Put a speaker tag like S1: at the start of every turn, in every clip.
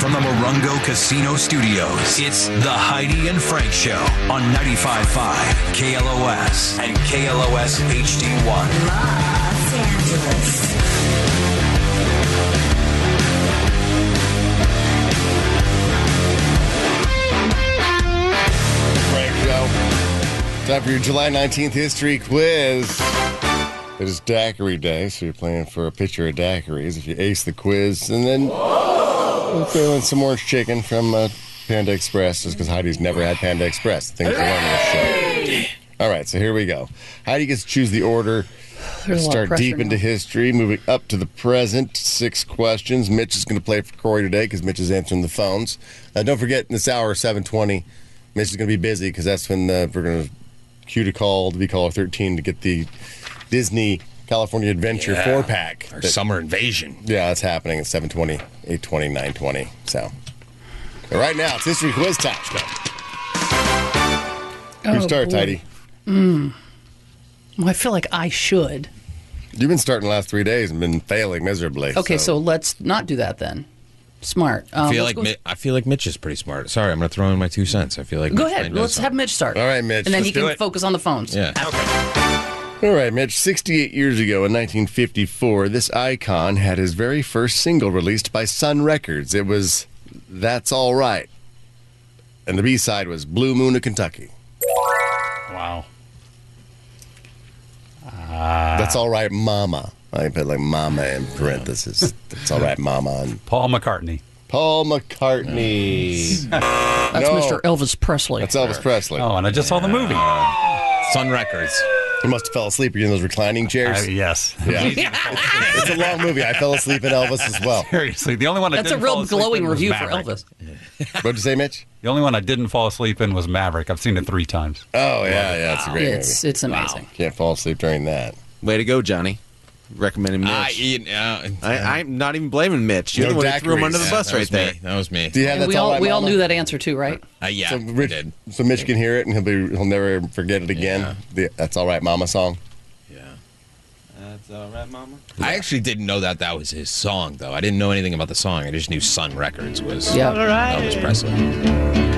S1: Rungo Casino Studios. It's the Heidi and Frank Show on 95.5 KLOS and KLOS HD1.
S2: Los Angeles.
S3: Frank Show. Time for your July 19th history quiz. It is daiquiri day, so you're playing for a pitcher of daiquiris if you ace the quiz. And then we'll throw in some orange chicken from uh, Panda Express, just because Heidi's never had Panda Express. Things are on this show. All right, so here we go. Heidi gets to choose the order.
S4: There's a lot of
S3: Start
S4: pressure
S3: deep into
S4: now.
S3: history, moving up to the present. Six questions. Mitch is going to play for Corey today because Mitch is answering the phones. Uh, don't forget, in this hour, 720, Mitch is going to be busy because that's when uh, we're going to cue to call to be caller 13 to get the Disney California Adventure
S5: Yeah.
S3: four pack.
S5: Our summer invasion.
S3: Yeah, that's happening at 720, 820, 920. So, But right now, it's history quiz time. Who
S4: Oh,
S3: starts,
S4: boy.
S3: Heidi?
S4: Well, I feel like I should.
S3: You've been starting the last three days and been failing miserably.
S4: Okay, so, let's not do that then. Smart. Um,
S5: I feel
S4: let's
S5: like
S4: go,
S5: Mi- I feel like Mitch is pretty smart. Sorry, I'm gonna throw in my two cents. I feel like
S4: go
S5: Mitch
S4: ahead.
S5: Lane does
S4: Let's have
S5: something.
S4: Mitch start.
S3: All right, Mitch,
S4: And then he
S3: let's do
S4: can
S3: it.
S4: focus on the phones.
S5: Yeah.
S3: All right, Mitch. 68 years ago in 1954, this icon had his very first single released by Sun Records. It was That's All Right. And the B side was Blue Moon of Kentucky.
S6: Wow.
S3: That's All Right, Mama. I put like Mama in parentheses. That's All Right, Mama. And
S6: Paul McCartney.
S3: Paul McCartney.
S4: That's
S3: No.
S4: Mr. Elvis Presley.
S3: That's Elvis Presley.
S6: Oh, and I just saw the movie.
S5: Sun Records.
S3: You must have fell asleep. You're in those reclining
S6: Uh,
S3: chairs.
S6: yes.
S3: yeah. it's a long movie. I fell asleep in Elvis as well.
S6: Seriously, the only one I
S4: That's a
S6: didn't fall
S4: real
S6: asleep
S4: glowing
S6: in was
S4: review
S6: Maverick.
S4: for Elvis.
S3: What'd you say, Mitch?
S6: The only one I didn't fall asleep in was Maverick. I've seen it three times.
S3: Oh, yeah, yeah. It's a great
S4: It's
S3: movie.
S4: it's amazing.
S3: Can't fall asleep during that.
S7: Way to go, Johnny. Recommending Mitch.
S5: I,
S7: I,
S5: you know,
S7: I, am not even blaming Mitch. You're
S3: No
S7: the one who threw him
S3: daiquiris.
S7: under the
S3: Yeah,
S7: bus
S5: that
S7: right
S5: was
S7: there.
S5: me. That was me.
S3: Do you have
S4: And
S3: that's
S4: we all,
S3: right,
S4: we all
S3: Mama?
S4: knew that answer too, right?
S5: Uh, yeah,
S3: So,
S5: I
S3: Rich,
S5: did.
S3: so Mitch can hear it, and he'll be he'll never forget it again.
S5: Yeah.
S3: The "That's All Right, Mama" song.
S5: Yeah.
S7: That's all right, Mama.
S5: I actually didn't know that that was his song though. I didn't know anything about the song. I just knew Sun Records was
S4: Yeah.
S5: Elvis Presley.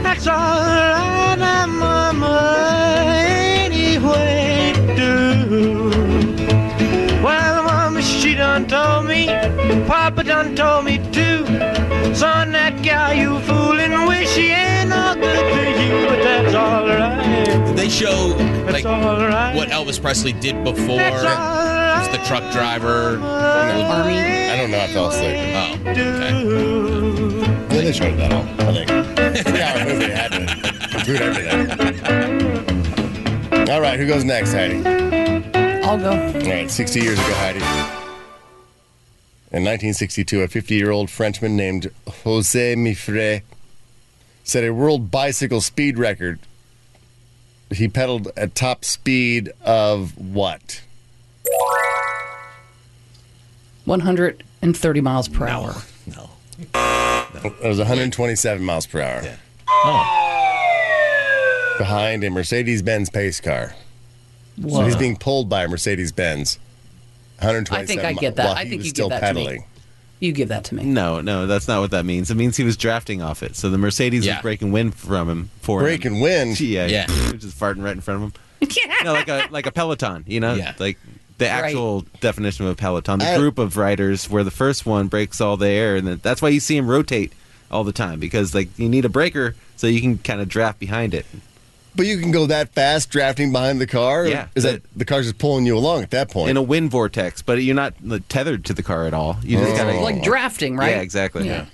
S8: That's all right, now, Mama. Anyway, do. Well, Mama, she done told me. Papa done told me too. Son, that gal you fooling with, she ain't no good to you. But that's all right.
S5: Did they show
S8: That's
S5: like
S8: all right.
S5: what Elvis Presley did before?
S8: That's
S5: He was
S8: all right.
S5: the truck driver.
S4: Army.
S3: I don't know. I fell asleep.
S5: Oh, okay.
S8: do.
S3: Yeah, they showed that all. I think. Yeah, movie it had to include everything. All right, who goes next, Heidi? All
S4: I'll go.
S3: right, 60 years ago, Heidi. In 1962, a 50-year-old Frenchman named Jose Mifre set a world bicycle speed record. He pedaled at top speed of what?
S4: 130 miles per hour.
S5: No.
S3: It was 127 miles per hour.
S5: Yeah. Oh.
S3: behind a Mercedes Benz pace car. So
S4: Whoa.
S3: he's being pulled by a Mercedes Benz. 127
S4: I think I
S3: mi-
S4: get that.
S3: while
S4: I
S3: he
S4: think
S3: was
S4: you get
S3: still
S4: that to me.
S3: pedaling.
S4: you give that to me.
S7: No, no, that's not what that means. It means he was drafting off it. So the Mercedes
S5: Yeah.
S7: was breaking wind from him for
S3: Break
S7: him.
S3: and win.
S7: Yeah,
S5: Yeah.
S7: He was just farting right in front of him. No, like a like a peloton. You know,
S5: Yeah.
S7: like the
S4: Right.
S7: actual definition of a peloton. The
S3: I-
S7: group of riders where the first one breaks all the air, and then, that's why you see him rotate all the time because like you need a breaker so you can kind of draft behind it.
S3: But you can go that fast drafting behind the car.
S7: Yeah.
S3: Is that the car's just pulling you along at that point?
S7: in a wind vortex, but you're not like, tethered to the car at all. You just
S3: Oh.
S7: gotta
S4: Like drafting, right?
S7: Yeah, exactly.
S4: Yeah.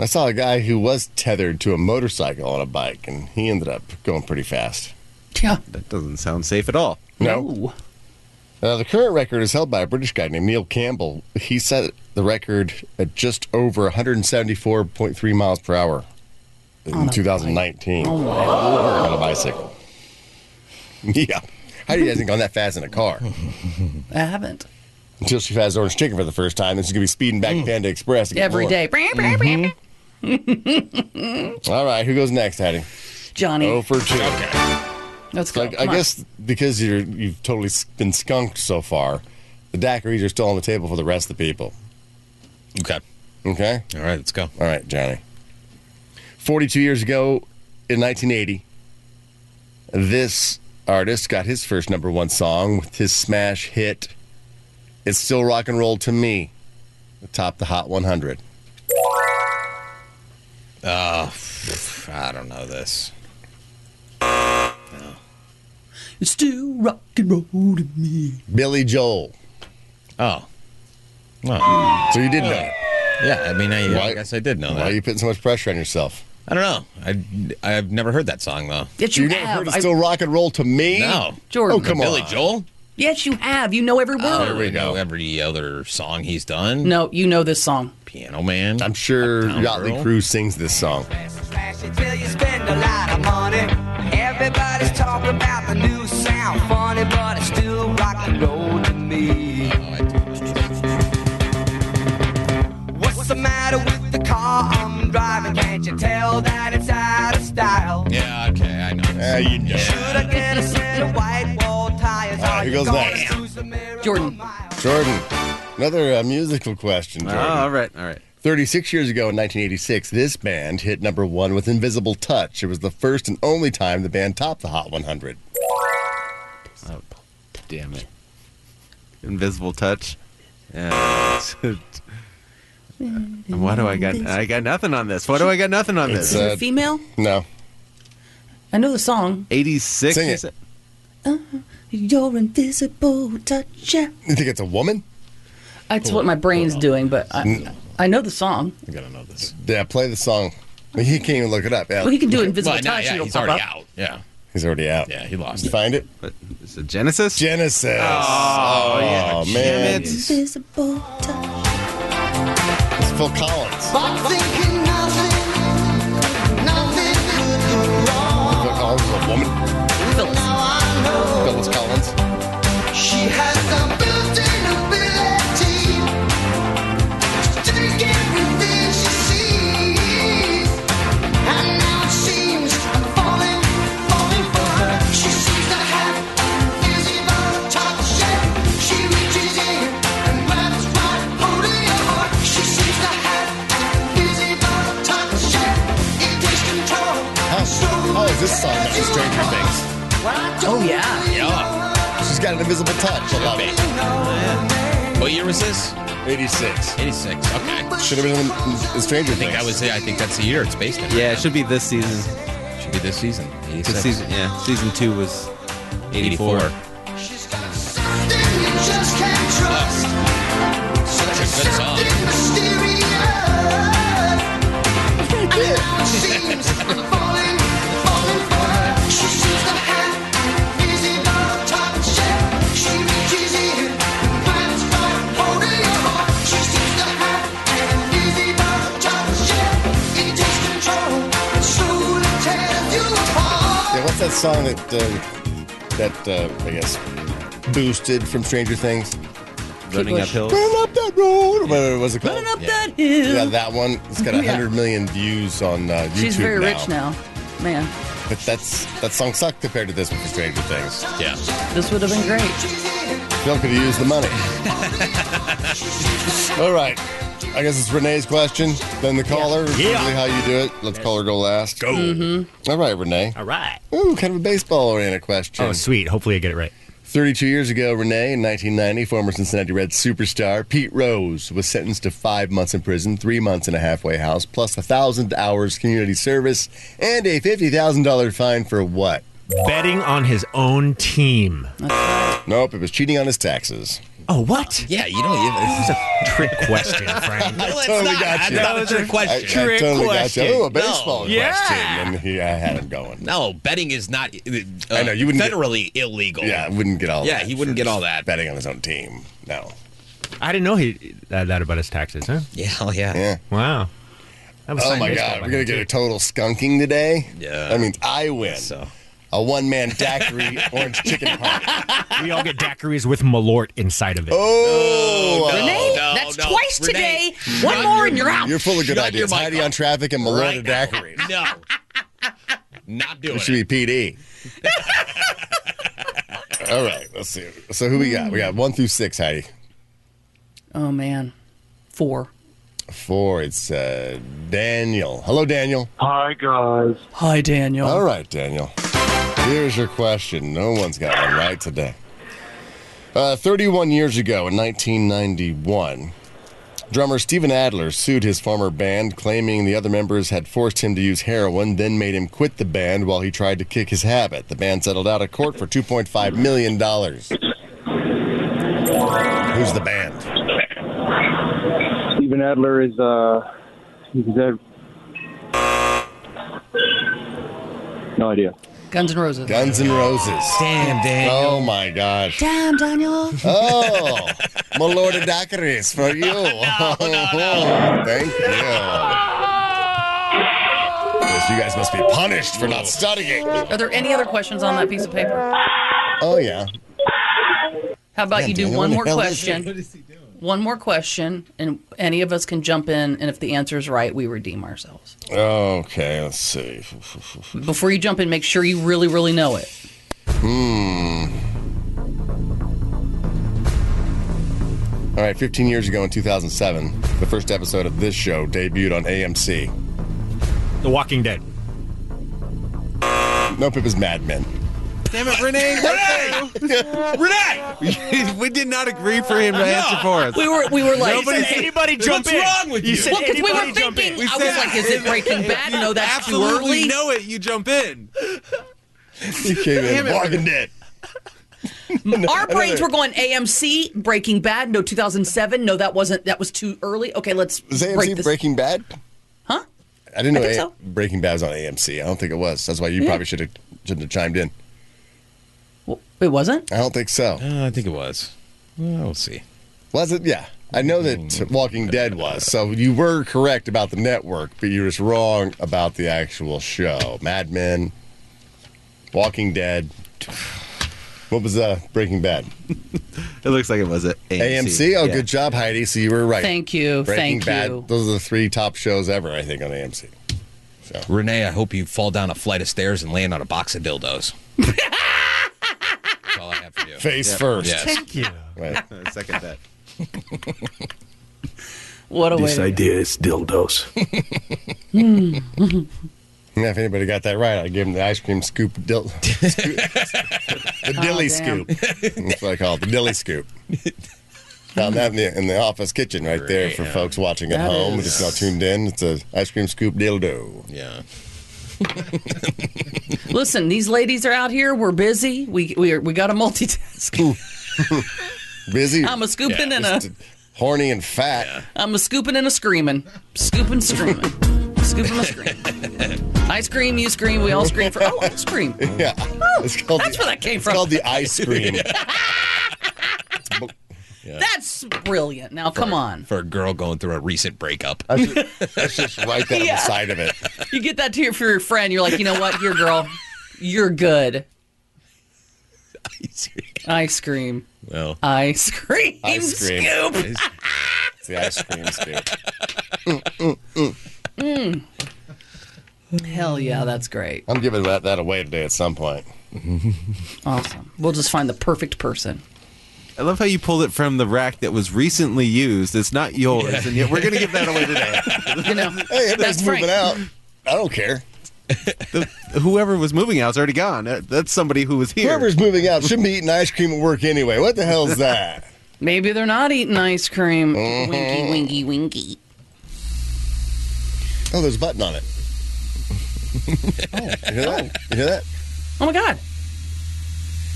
S3: I saw a guy who was tethered to a motorcycle on a bike, and he ended up going pretty fast.
S4: Yeah.
S7: That doesn't sound safe at all.
S4: No.
S3: Uh, the current record is held by a British guy named Neil Campbell. He set the record at just over 174.3 miles per hour in 2019
S4: Oh my lord.
S3: on a bicycle. Yeah. How do you guys think on that fast in a car?
S4: I haven't.
S3: Until she has orange chicken for the first time, then she's gonna be speeding back to Panda Express again.
S4: Mm. Every day.
S9: Oh.
S3: Mm-hmm. All right, who goes next, Hattie?
S4: Johnny.
S3: Oh for two.
S4: Let's go.
S3: Like I
S4: Come on.
S3: guess because you're you've totally s- been skunked so far, the daiquiris are still on the table for the rest of the people.
S5: Okay.
S3: Okay.
S5: All right, let's go.
S3: All right, Johnny. 42 years ago in 1980, this artist got his first number one song with his smash hit, It's Still Rock and Roll to Me, atop the Hot 100.
S5: Uh, I don't know this.
S4: It's still rock and roll to me.
S3: Billy Joel.
S5: Oh. Well,
S3: So you did know. it.
S5: yeah, I mean, I,
S3: Why-
S5: I guess I did know
S3: Why are
S5: that.
S3: you putting so much pressure on yourself?
S5: I don't know. I, I've never heard that song, though.
S10: Yes,
S3: You
S10: you
S3: never heard
S10: have.
S3: of
S10: I-
S3: Still Rock and Roll to Me?
S5: No.
S10: Jordan.
S3: Oh, come on.
S5: Billy Joel?
S10: yes, you have. You know every word.
S5: There we go. Every other song he's done.
S4: No, you know this song.
S5: Piano Man.
S3: I'm sure
S5: Uptown
S3: Yachtly
S5: Girl.
S3: Cruz sings this song.
S9: Flash it till you spend a lot of money. Everybody's talking about the new sound. Funny, but it's still rock and roll to me.
S5: Oh,
S9: What's the matter with the car I'm driving? Can't you tell that it's out of style?
S5: Yeah, okay, I know.
S3: Yeah, you know.
S9: Should I get a set of white wall tires?
S3: right,
S9: Are
S3: here
S9: you
S3: goes
S9: gonna
S3: next.
S9: lose a miracle
S10: Jordan.
S9: mile?
S3: Jordan, another uh, musical question, Jordan.
S7: Ah, all right, all right.
S3: 36 years ago in 1986, this band hit number one with Invisible Touch. It was the first and only time the band topped the Hot 100.
S7: Oh, damn it. Invisible touch. Yeah. Why do I got? I got nothing on this. Why do I got nothing on
S3: It's,
S7: this?
S3: uh,
S4: Is it female?
S3: No.
S4: I know the song.
S7: Eighty six.
S3: sing it.
S4: Your invisible touch. yeah.
S3: You think it's a woman?
S4: That's what my brain's doing, but
S3: Mm.
S4: I, I know the song.
S5: I gotta know this.
S3: Yeah, play the song. He can't even look it up. Yeah,
S4: Well, he can do invisible
S5: Well, no,
S4: touch.
S5: yeah,
S4: and
S5: he's
S4: it'll pop
S5: already
S4: up.
S5: out. Yeah,
S3: He's already out.
S5: yeah, he lost
S3: Did you
S5: it.
S3: find it?
S7: But is it Genesis?
S3: Genesis. Oh,
S7: yeah.
S3: man.
S7: Damn it.
S4: Invisible touch.
S3: It's Phil Collins.
S8: Thinking nothing, nothing could go wrong.
S3: Phil Collins is a woman.
S4: Phyllis.
S3: Phyllis Collins.
S8: She has the built-in ability to take everything she sees, and now it seems I'm falling, falling for her. She sees the hat, invisible touch, and she reaches in and grabs right hold of your heart. She sees the hat, invisible touch, and it takes control.
S3: Oh, oh, is this song that's in Stranger Things?
S4: Oh, yeah.
S5: Yeah,
S3: She's got an invisible touch. I love it.
S5: What year was this?
S3: 86.
S5: '86. Okay, I
S3: Should have been in, in Stranger Things.
S5: think that was it. I think that's the year. It's based on.
S7: Yeah, it should be this season.
S5: should be this season.
S7: This
S5: '86.
S7: season, yeah, season two was eighty
S5: '84.
S7: four.
S8: She's got something you just can't trust.
S5: Such a good song.
S8: Something mysterious. And now it seems I'm falling, falling for her. She sees the hand, invisible touch. and She reaches in, grabs right hold of your heart. She sees the hand, invisible touch. and It takes control, and slowly tears you apart.
S3: Yeah, what's that song that uh, that uh, I guess boosted from Stranger Things?
S7: Running
S4: Keep
S7: up hills.
S3: Run up that road. Whatever was it called?
S4: Run up that hill.
S3: Yeah, that one. It's got
S4: Yeah.
S3: hundred million views on uh, YouTube
S4: She's very
S3: now.
S4: rich now. Man,
S3: But that's that song sucked compared to this one for Stranger Things.
S5: Yeah,
S4: this would have been great.
S3: Phil could have used the money. All right. I guess it's Renee's question, then the caller. Yeah. how you do it. Let's call her go last. Go.
S4: Mm-hmm.
S3: All right, Renee.
S11: All right.
S3: Ooh, kind of a baseball oriented question.
S11: Oh, sweet. Hopefully I get it right.
S3: 32 years ago, Renee, in 1990, former Cincinnati Reds superstar Pete Rose was sentenced to five months in prison, three months in a halfway house, plus a 1,000 hours community service, and a $50,000 fine for what?
S11: Betting on his own team.
S3: Nope, it was cheating on his taxes.
S11: Oh, what?
S5: yeah. You don't. You,
S11: It's a trick question, Frank.
S5: it's
S3: totally
S5: not,
S3: got you.
S5: That's not a trick
S3: I, I
S5: question.
S11: Trick
S3: totally
S11: question.
S3: got you. Oh, a baseball
S5: No.
S11: Yeah.
S3: question. And he, I had him going.
S5: no, betting is not. Uh,
S3: I know, you wouldn't get-
S5: federally illegal.
S3: Yeah, I wouldn't get all
S5: Yeah,
S3: that.
S5: he wouldn't
S3: for
S5: get all that.
S3: Betting on his own team. No.
S11: I didn't know he that, that about his taxes, huh?
S5: Yeah. Hell yeah.
S3: Yeah.
S11: Wow. That was
S3: Oh
S11: signed
S3: my
S11: baseball
S3: God,
S11: by
S3: we're gonna
S11: him,
S3: get a
S11: too.
S3: total skunking today.
S5: Yeah.
S3: that means I win.
S5: So.
S3: A one-man daiquiri orange chicken pot.
S11: We all get daiquiris with malort inside of it.
S3: Oh, uh,
S5: Renee,
S10: That's twice today. One more and you're out.
S3: you're full of good
S5: Shut your
S3: ideas.
S5: mic
S3: Heidi
S5: up.
S3: on traffic and Melora
S5: Right now.
S3: daiquiris.
S5: No. Not
S3: It
S5: doing it.
S3: should be PD. All right, let's see. So who we got? We got one through six, Heidi.
S4: Oh man, four.
S3: four. It's uh, Daniel. Hello, Daniel.
S12: Hi, guys.
S4: Hi, Daniel.
S3: All right, Daniel. Here's your question. No one's got one right today. Uh, 31 years ago, in 1991, drummer Steven Adler sued his former band, claiming the other members had forced him to use heroin, then made him quit the band while he tried to kick his habit. The band settled out of court for $2.5 million. Who's the band?
S12: Steven Adler is, uh, he's dead. No idea.
S4: Guns N' Roses.
S3: Guns N' Roses.
S5: Damn, Daniel.
S3: Oh, my gosh.
S10: Damn, Daniel.
S3: Oh, my lord of daiquiris for you. Thank you. Yes, you guys must be punished for not studying.
S4: Are there any other questions on that piece of paper?
S3: Oh, yeah.
S4: How about
S3: Damn,
S4: you do
S3: Daniel,
S4: one
S3: what
S4: more
S3: the hell is he-
S4: question? One more question, and any of us can jump in, and if the answer is right, we redeem ourselves.
S3: Okay, let's see.
S4: Before you jump in, make sure you really, really know it.
S3: Hmm. All right, 15 years ago in 2007, the first episode of this show debuted on AMC.
S11: The Walking Dead.
S3: Nope, it was Mad Men.
S7: Damn it, Renee!
S5: Renee!
S7: Renee! we did not agree for him to answer for us.
S4: We were, we were like,
S7: Nobody
S4: you
S7: said,
S4: said-
S7: anybody jump in.
S4: You said, well, 'cause we were thinking, I was like, is it Breaking Bad? No, that's too early.
S7: know it, you jump in.
S3: You came in
S4: Damn it,
S3: Walking Dead.
S4: Our brains
S3: Another-
S4: were going AMC, Breaking Bad, no 2007, no that wasn't that was too early. Okay, let's
S3: Was AMC
S4: break this.
S3: Breaking Bad?
S4: Huh?
S3: I didn't know
S4: I think
S3: A-
S4: so.
S3: Breaking Bad was on AMC. I don't think it was. That's why you
S4: Yeah.
S3: probably should have shouldn't have chimed in.
S4: It wasn't.
S3: I don't think so.
S5: Uh, I think it was. Well, we'll see.
S3: Was it? Yeah. I know that Walking Dead was. So you were correct about the network, but you were just wrong about the actual show. Mad Men, Walking Dead. What was uh, Breaking Bad?
S7: It looks like it was at AMC.
S3: AMC? Oh,
S7: Yeah.
S3: good job, Heidi. So you were right.
S4: Thank you.
S3: Breaking
S4: Thank
S3: Bad.
S4: you.
S3: Those are the three top shows ever, I think, on AMC.
S5: Renee, I hope you fall down a flight of stairs and land on a box of dildos. That's all I have for you.
S3: Face first.
S5: Yes.
S11: Thank you.
S3: Right.
S7: I second that.
S4: What a way.
S13: This
S4: to
S13: idea is dildos.
S3: Yeah, if anybody got that right, I give them the ice cream scoop, dil- scoop- the
S4: Oh,
S3: dilly
S4: damn.
S3: scoop. That's what I call it, the dilly scoop. Found that in the, in the office kitchen right there for folks watching at
S4: That
S3: home.
S4: is-
S3: Just now tuned in. It's a ice cream scoop dildo.
S5: Yeah.
S4: go. Listen, these ladies are out here. We're busy. We we are, we got to multitask.
S3: Busy.
S4: I'm a scooping and a
S3: Just horny and fat.
S4: I'm a scooping and a screaming, scooping screaming, scooping a screaming. I scream, you scream, we all scream for oh ice cream.
S3: Yeah. It's called
S4: That's
S3: the,
S4: where that came
S3: it's
S4: from.
S3: called the ice cream.
S4: That's brilliant. Now come on,
S5: For a girl going through a recent breakup.
S3: I should, I should just write that on the
S4: Yeah.
S3: side of it.
S4: you get that to your for your friend. You're like, you know what, here, girl, you're good. Ice cream.
S5: well,
S4: Ice cream.
S3: Ice cream.
S4: Scoop.
S3: It's the ice cream scoop.
S4: Hell yeah, that's great.
S3: I'm giving that, that away today at some point.
S4: Awesome. We'll just find the perfect person.
S7: I love how you pulled it from the rack that was recently used. It's not yours, and yet we're going to give that away today.
S4: You know,
S3: Hey, everybody's
S4: that's Frank.
S3: moving out. I don't care.
S7: Whoever was moving out's already gone. That- That's somebody who was here.
S3: Whoever's moving out shouldn't be eating ice cream at work anyway. What the hell's that?
S4: Maybe they're not eating ice cream.
S5: Uh-huh.
S4: Winky, winky, winky.
S3: Oh, there's a button on it. oh, you hear that? You hear that?
S4: Oh my god.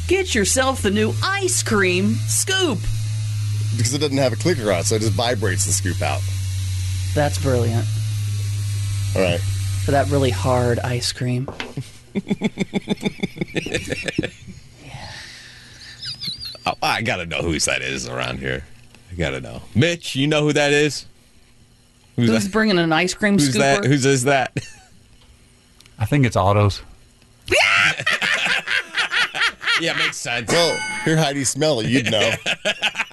S4: Get yourself the new ice cream scoop.
S3: Because it doesn't have a clicker on, it, so it just vibrates the scoop out.
S4: That's brilliant.
S3: All right.
S4: For that really hard ice cream.
S5: I, Oh, I gotta know whose that is around here. I gotta know. Mitch, you know who that is? Who's,
S4: Who's
S5: that?
S4: bringing an ice cream
S5: Who's
S4: scooper?
S5: that? Who's is that?
S6: I think it's autos.
S5: yeah, makes sense.
S3: Well, here, Heidi, smell it. You'd know.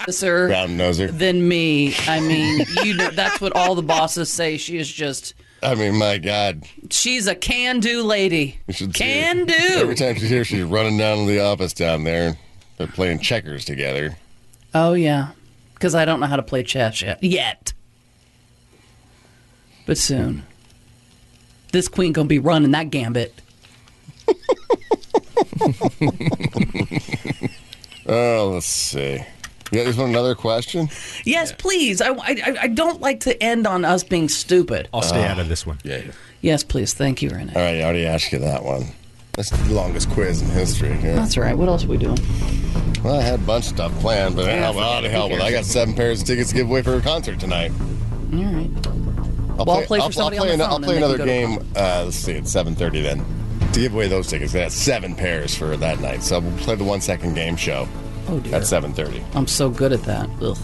S4: Sir,
S3: Brown noser.
S4: than me. I mean, you know, that's what all the bosses say. She is just,
S3: I mean, my God.
S4: she's a can do lady.
S3: You should see her.
S4: Can do.
S3: Every time she's here, she's running down to the office down there. They're playing checkers together.
S4: Oh, yeah. Because I don't know how to play chess yet. yet. but soon. This queen gonna be running that gambit.
S3: Oh, let's see. Yeah, there's another question.
S4: Yes, please. I, I, I don't like to end on us being stupid.
S11: I'll stay out of this one.
S3: Yeah. yeah.
S4: Yes, please. Thank you, Renee.
S3: All right, I already asked you that one. That's the longest quiz in history. Here.
S4: That's all right. What else are we doing?
S3: Well, I had a bunch of stuff planned, but
S4: Yeah,
S3: how about
S4: forget it.
S3: the hell
S4: Who
S3: with it? I got
S4: cares?
S3: seven pairs of tickets to give away for a concert tonight.
S4: All right.
S3: I'll
S4: Well, I'll play for somebody
S3: play
S4: on the
S3: ano-
S4: phone
S3: I'll play
S4: and they
S3: another
S4: can go
S3: game. Uh, let's see, it's seven thirty then. To give away those tickets, they had seven pairs for that night. So we'll play the one second game show
S4: Oh, dear.
S3: at seven thirty.
S4: I'm so good at that. Ugh.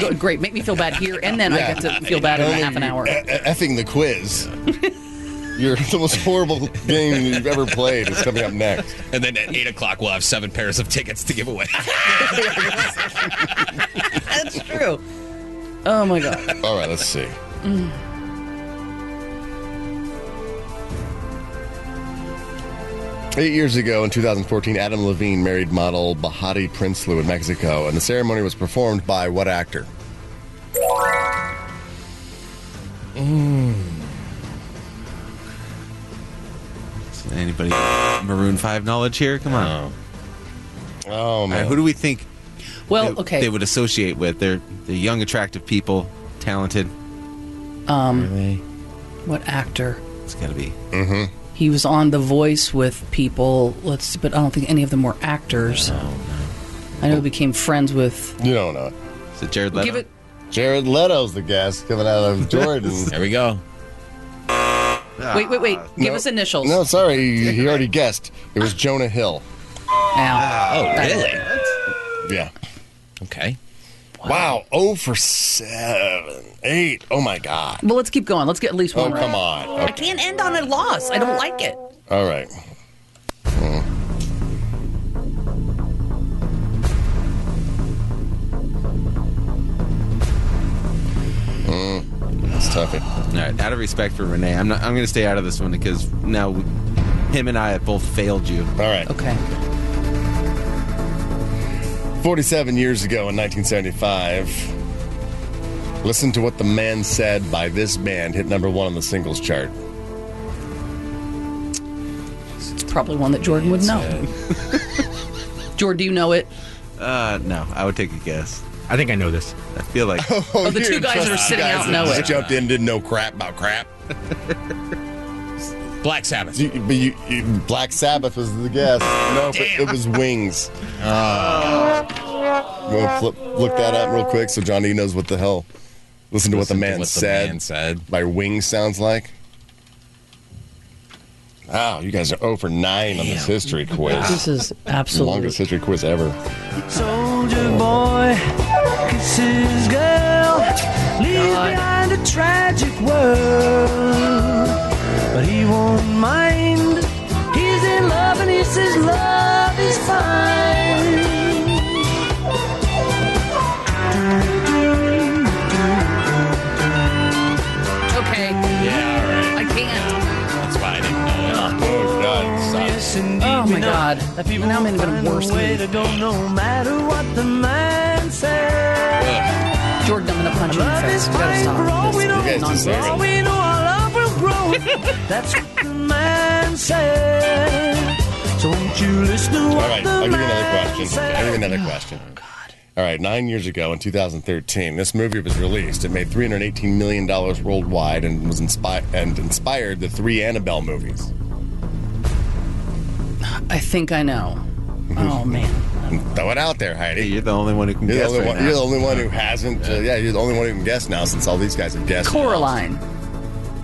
S4: Go- Great. Make me feel bad here, and then I get to feel bad in a half an hour.
S3: e-, effing the quiz. You're the most horrible game you've ever played is coming up next.
S5: And then at 8 o'clock, we'll have seven pairs of tickets to give away.
S4: That's true. Oh my god.
S3: All right, let's see.
S4: Mm.
S3: Eight years ago in 2014, Adam Levine married model Bahati Prinsloo in Mexico, and the ceremony was performed by what actor?
S7: Anybody Maroon Five knowledge here? Come on.
S3: Oh,
S7: man.
S4: Uh,
S7: who do we think?
S4: Well,
S7: they,
S4: okay.
S7: They would associate with they're they're young, attractive people, talented.
S4: Um,
S7: Really?
S4: what actor?
S7: It's got to be.
S3: Mm-hmm.
S4: He was on The Voice with people. Let's, see, but I don't think any of them were actors. I know he became friends with.
S3: You don't know.
S7: Is it Jared
S4: Give it.
S3: Jared Leto's the guest coming out of Jordan.
S5: there we go.
S4: Wait, wait, wait. Give
S3: Ah. No.
S4: us initials.
S3: No, sorry, he already guessed. It was Jonah Hill. Ah.
S4: Ow.
S5: Oh, really?
S3: Yeah.
S5: Okay.
S3: Wow. Oh for seven, eight. Oh my God.
S4: Well, let's keep going. Let's get at least
S3: Oh
S4: one. right.
S3: come on.
S4: I can't end on a loss. I don't like it.
S3: All right. Hmm. It's tough.
S7: All right, out of respect for Renee, I'm not. I'm going to stay out of this one because now we, him and I have both failed you. All
S3: right.
S4: Okay.
S3: 47 years ago in 1975, listen to what the man said by this band hit number one on the singles chart.
S4: It's probably one that Jordan would know. Jordan, do you know it?
S7: Uh, no, I would take a guess.
S11: I think I know this.
S7: I feel like
S4: Oh, the two guys that are sitting out know it.
S3: Jumped in, didn't know crap about crap.
S5: Black Sabbath.
S3: You- but you, you- Black Sabbath was the guess. No, but it was Wings. We'll Ah. flip, look that up real quick so Johnny knows what the hell. Listen to what the
S5: Listen to
S3: man
S5: what the
S3: said.
S5: man said.
S3: By Wings sounds like. Wow, you guys are 0 for 9 on this history quiz.
S4: This is absolutely.
S3: Longest history quiz ever.
S8: Soldier boy kisses girl, leaves behind a tragic world. But he won't mind. He's in love and he says love is fine.
S4: Okay.
S5: Yeah, all right.
S4: I can't.
S5: That's why I didn't know it.
S3: Oh, God. it sucks.
S4: Oh my god. That now I'm in even a worse
S8: Wait,
S4: mood.
S8: I don't know matter what the man says.
S4: Jordan, I'm gonna punch you in the
S8: Love
S4: face.
S8: is
S4: You gotta
S8: fine for all
S4: stop
S8: we
S4: this
S8: know.
S3: guys
S8: For
S4: nonsense.
S8: all we know, our love will grow. That's what the man said. So won't you listen to
S3: All
S8: what
S3: right,
S8: the
S3: I'll give you another
S8: man
S3: question.
S8: said? "Oh,
S3: I'll give you another question. All right, nine years ago in 2013, this movie was released. It made 318 million dollars worldwide and was inspired and inspired the three Annabelle movies.
S4: I think I know. Oh man.
S3: Throw it out there, Heidi.
S7: you're the only one who can
S3: You're the
S7: guess
S3: only,
S7: right
S3: one,
S7: now.
S3: you're the only one who hasn't. uh, yeah, you're the only one who can guess now since all these guys have guessed.
S4: Coraline.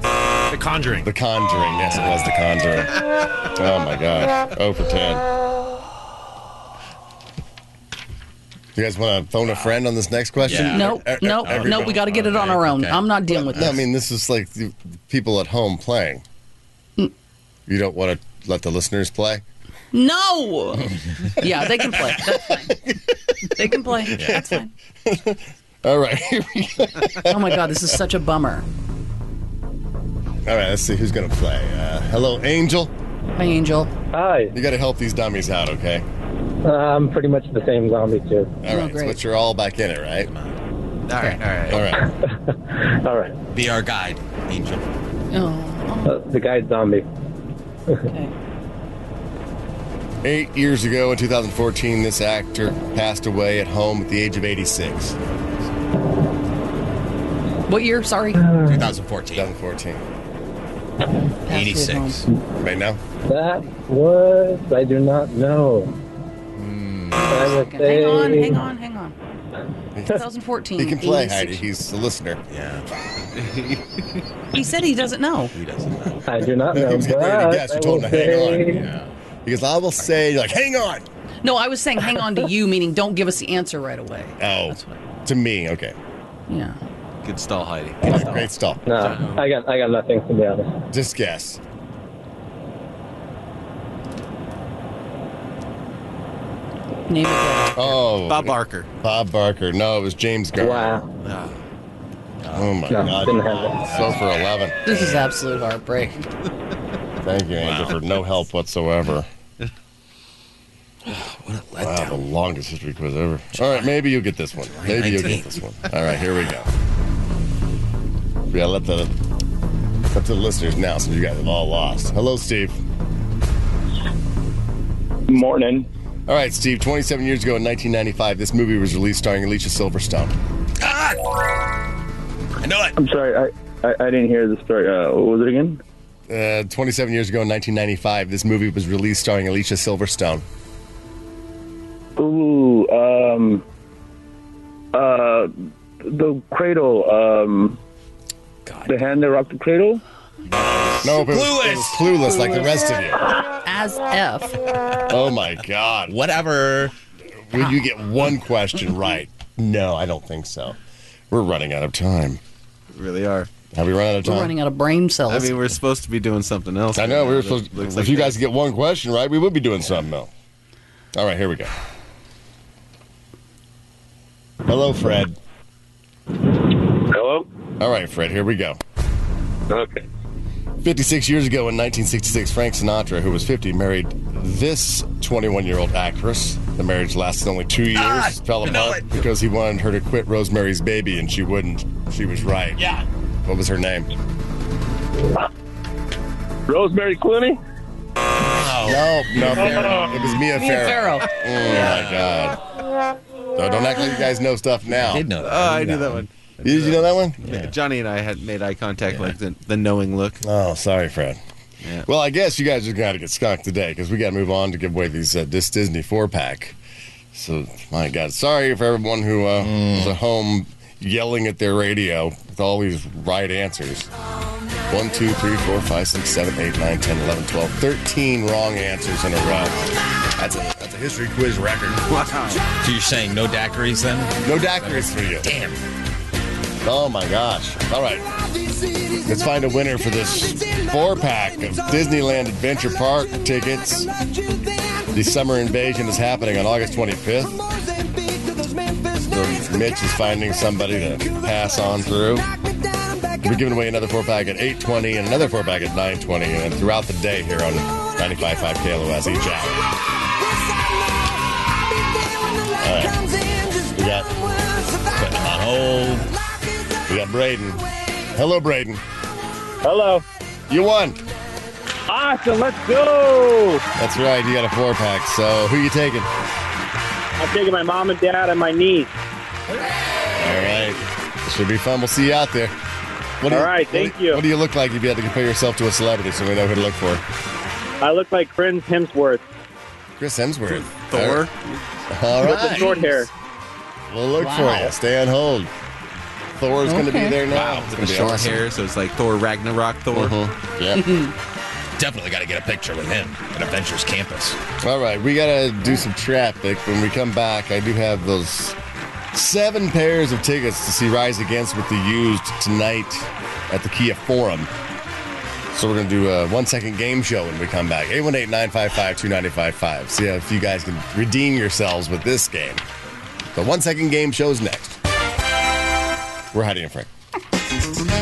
S11: The Conjuring.
S3: The Conjuring. Yes, it was The Conjuring. oh my gosh. Oh for 10. You guys want to phone a friend on this next question?
S5: Yeah.
S4: Nope.
S3: Er- er-
S4: Nope.
S3: everybody-
S4: Nope. We gotta get it on our own.
S5: Okay.
S4: I'm not dealing with
S3: No, I
S4: this.
S3: mean, this is like the people at home playing. You don't want to let the listeners play?
S4: No. Yeah, they can play. That's fine. They can play. That's fine.
S3: All right. here we go.
S4: Oh my god, this is such a bummer.
S3: All right, let's see who's going to play. Uh, hello, Angel.
S4: Hi, Angel.
S12: Hi.
S3: You got to help these dummies out, okay?
S12: I'm pretty much the same zombie, too.
S3: All right,
S4: great.
S3: but you're all back in it, right?
S7: All right, all right,
S5: all
S12: right, all right.
S5: Be our guide, Angel.
S4: Oh,
S12: Uh, the guy's zombie.
S3: Eight years ago in 2014, this actor passed away at home at the age of 86.
S4: What year? Sorry.
S5: 2014.
S3: 2014.
S5: 86.
S3: Right now?
S12: That was I do not know.
S3: Hmm.
S12: I would say
S4: Hang on, hang on, hang on. 2014.
S3: He can play,
S4: 86.
S3: Heidi. He's a listener. Yeah.
S4: He said he doesn't know.
S5: He doesn't know.
S12: I do not know.
S3: he was getting ready
S12: but
S3: to guess.
S12: I
S3: You told
S12: will
S3: him to hang
S12: say-
S3: on. He goes, I will say, you're like, hang on.
S4: No, I was saying hang on to you, meaning don't give us the answer right away.
S3: Oh, to me. Okay.
S4: Yeah.
S7: Good stall, Heidi.
S3: Great stall.
S12: No, I got I got nothing to be honest.
S3: Just guess.
S4: Name
S3: Oh.
S7: Bob Barker.
S3: Bob Barker. No, it was James Garner.
S12: Wow.
S3: Oh, my
S12: No,
S3: God.
S12: didn't have
S3: So for 11.
S4: This is absolute heartbreak.
S3: Thank you, Angel, for no help whatsoever. what a letdown. Wow, the longest history quiz ever. All right, maybe you'll get this one. Maybe you'll get this one. All right, here we go. We gotta let the let the listeners now, so you guys have all lost. Hello, Steve.
S12: Morning.
S3: All right, Steve. 27 years ago in 1995, this movie was released starring Alicia Silverstone.
S5: I know it.
S12: I'm sorry, I, I, I didn't hear the story. Uh, what was it again?
S3: Uh, 27 years ago in 1995, this movie was released starring Alicia Silverstone.
S12: Ooh, um, uh, the cradle, um, the hand that rocked the cradle.
S3: No, but it was, it was clueless like the rest of you.
S4: As F.
S3: Oh my God.
S5: Whatever.
S3: Will you get one question right? No, I don't think so. We're running out of time.
S7: really are.
S3: Have we run out of
S4: We're
S3: time?
S4: running out of brain
S7: I
S4: cells.
S7: mean, we're supposed to be doing something else.
S3: I know. We were
S7: That
S3: supposed.
S7: looks
S3: if
S7: like
S3: you guys get one question right, we would be doing something else. All right, here we go. Hello, Fred.
S13: Hello?
S3: All right, Fred. Here we go.
S13: Okay.
S3: 56 years ago in 1966, Frank Sinatra, who was 50, married this 21-year-old actress. The marriage lasted only two years,
S13: Ah,
S3: fell apart because he wanted her to quit Rosemary's Baby, and she wouldn't. She was right. Yeah. What was her name?
S13: Rosemary Clooney?
S3: No, no, Farrah. It was Mia
S13: Mia
S3: Farrow. Oh my god! So don't act like you guys know stuff now.
S7: I did know that. Oh, I knew that one.
S3: Did you know that one?
S7: Johnny and I had made eye contact, like the, the knowing look.
S3: Oh, sorry, Fred. Well, I guess you guys just got to get skunked today because we got to move on to give away these uh, this Disney four pack. So, my God, sorry for everyone who uh, was at home yelling at their radio with all these right answers. One, two, three, four, five, six, seven, eight, nine, ten, eleven, twelve, thirteen wrong answers in a row. That's a that's a history quiz record.
S5: Wow. So you're saying no daiquiris then?
S3: No daiquiris for you.
S5: Damn.
S3: Oh my gosh. All right. Let's find a winner for this four pack of Disneyland Adventure Park tickets. The summer invasion is happening on August 25th. So Mitch is finding somebody to pass on through. We're giving away another four pack at 820 and another four pack at 920 and then throughout the day here on 95.5 KLOS each hour. All right. We got, we got Braden. Hello, Braden.
S13: Hello.
S3: You won.
S13: Awesome. Let's go.
S3: That's right. You got a four pack. So who you taking?
S13: I'm taking my mom and dad and my niece.
S3: All right. Should be fun. We'll see you out there. What
S13: All right, thank
S3: what do,
S13: you.
S3: What do you look like if you had to compare yourself to a celebrity so we know who to look for?
S13: I look like Chris Hemsworth.
S3: Chris Hemsworth.
S13: Thor.
S3: All
S13: With the
S3: right.
S13: short hair.
S3: We'll look
S13: Wow.
S3: for you. Stay on hold. Thor's going to be
S13: Okay.
S3: there now.
S7: Wow,
S3: It's
S7: with
S3: gonna
S7: the
S3: be
S7: short
S3: awesome.
S7: hair, so it's like Thor Ragnarok Thor.
S3: Mm-hmm.
S5: Definitely got to get a picture with him at Adventures Campus.
S3: All right, we gotta do some traffic. When we come back, I do have those seven pairs of tickets to see Rise Against with the Used tonight at the Kia Forum. So we're gonna do a one-second game show when we come back. 818-955-2955. See if you guys can redeem yourselves with this game. The one-second game show's next. We're Heidi and Frank.